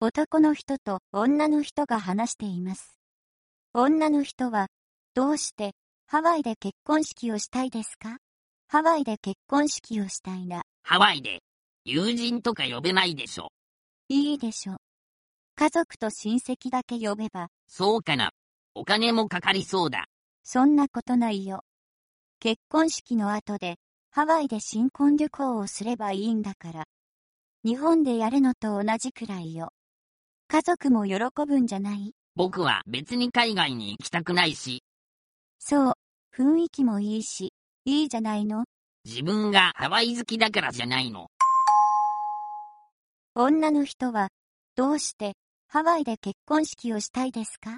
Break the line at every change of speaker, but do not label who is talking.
男の人と女の人が話しています。女の人は、どうしてハワイで結婚式をしたいですかハワイで結婚式をしたいな。
ハワイで友人とか呼べないでしょ。
いいでしょ。家族と親戚だけ呼べば。
そうかな。お金もかかりそうだ。
そんなことないよ。結婚式の後で、ハワイで新婚旅行をすればいいんだから。日本でやるのと同じくらいよ。家族も喜ぶんじゃない
僕は別に海外に行きたくないし。
そう、雰囲気もいいし、いいじゃないの
自分がハワイ好きだからじゃないの。
女の人は、どうしてハワイで結婚式をしたいですか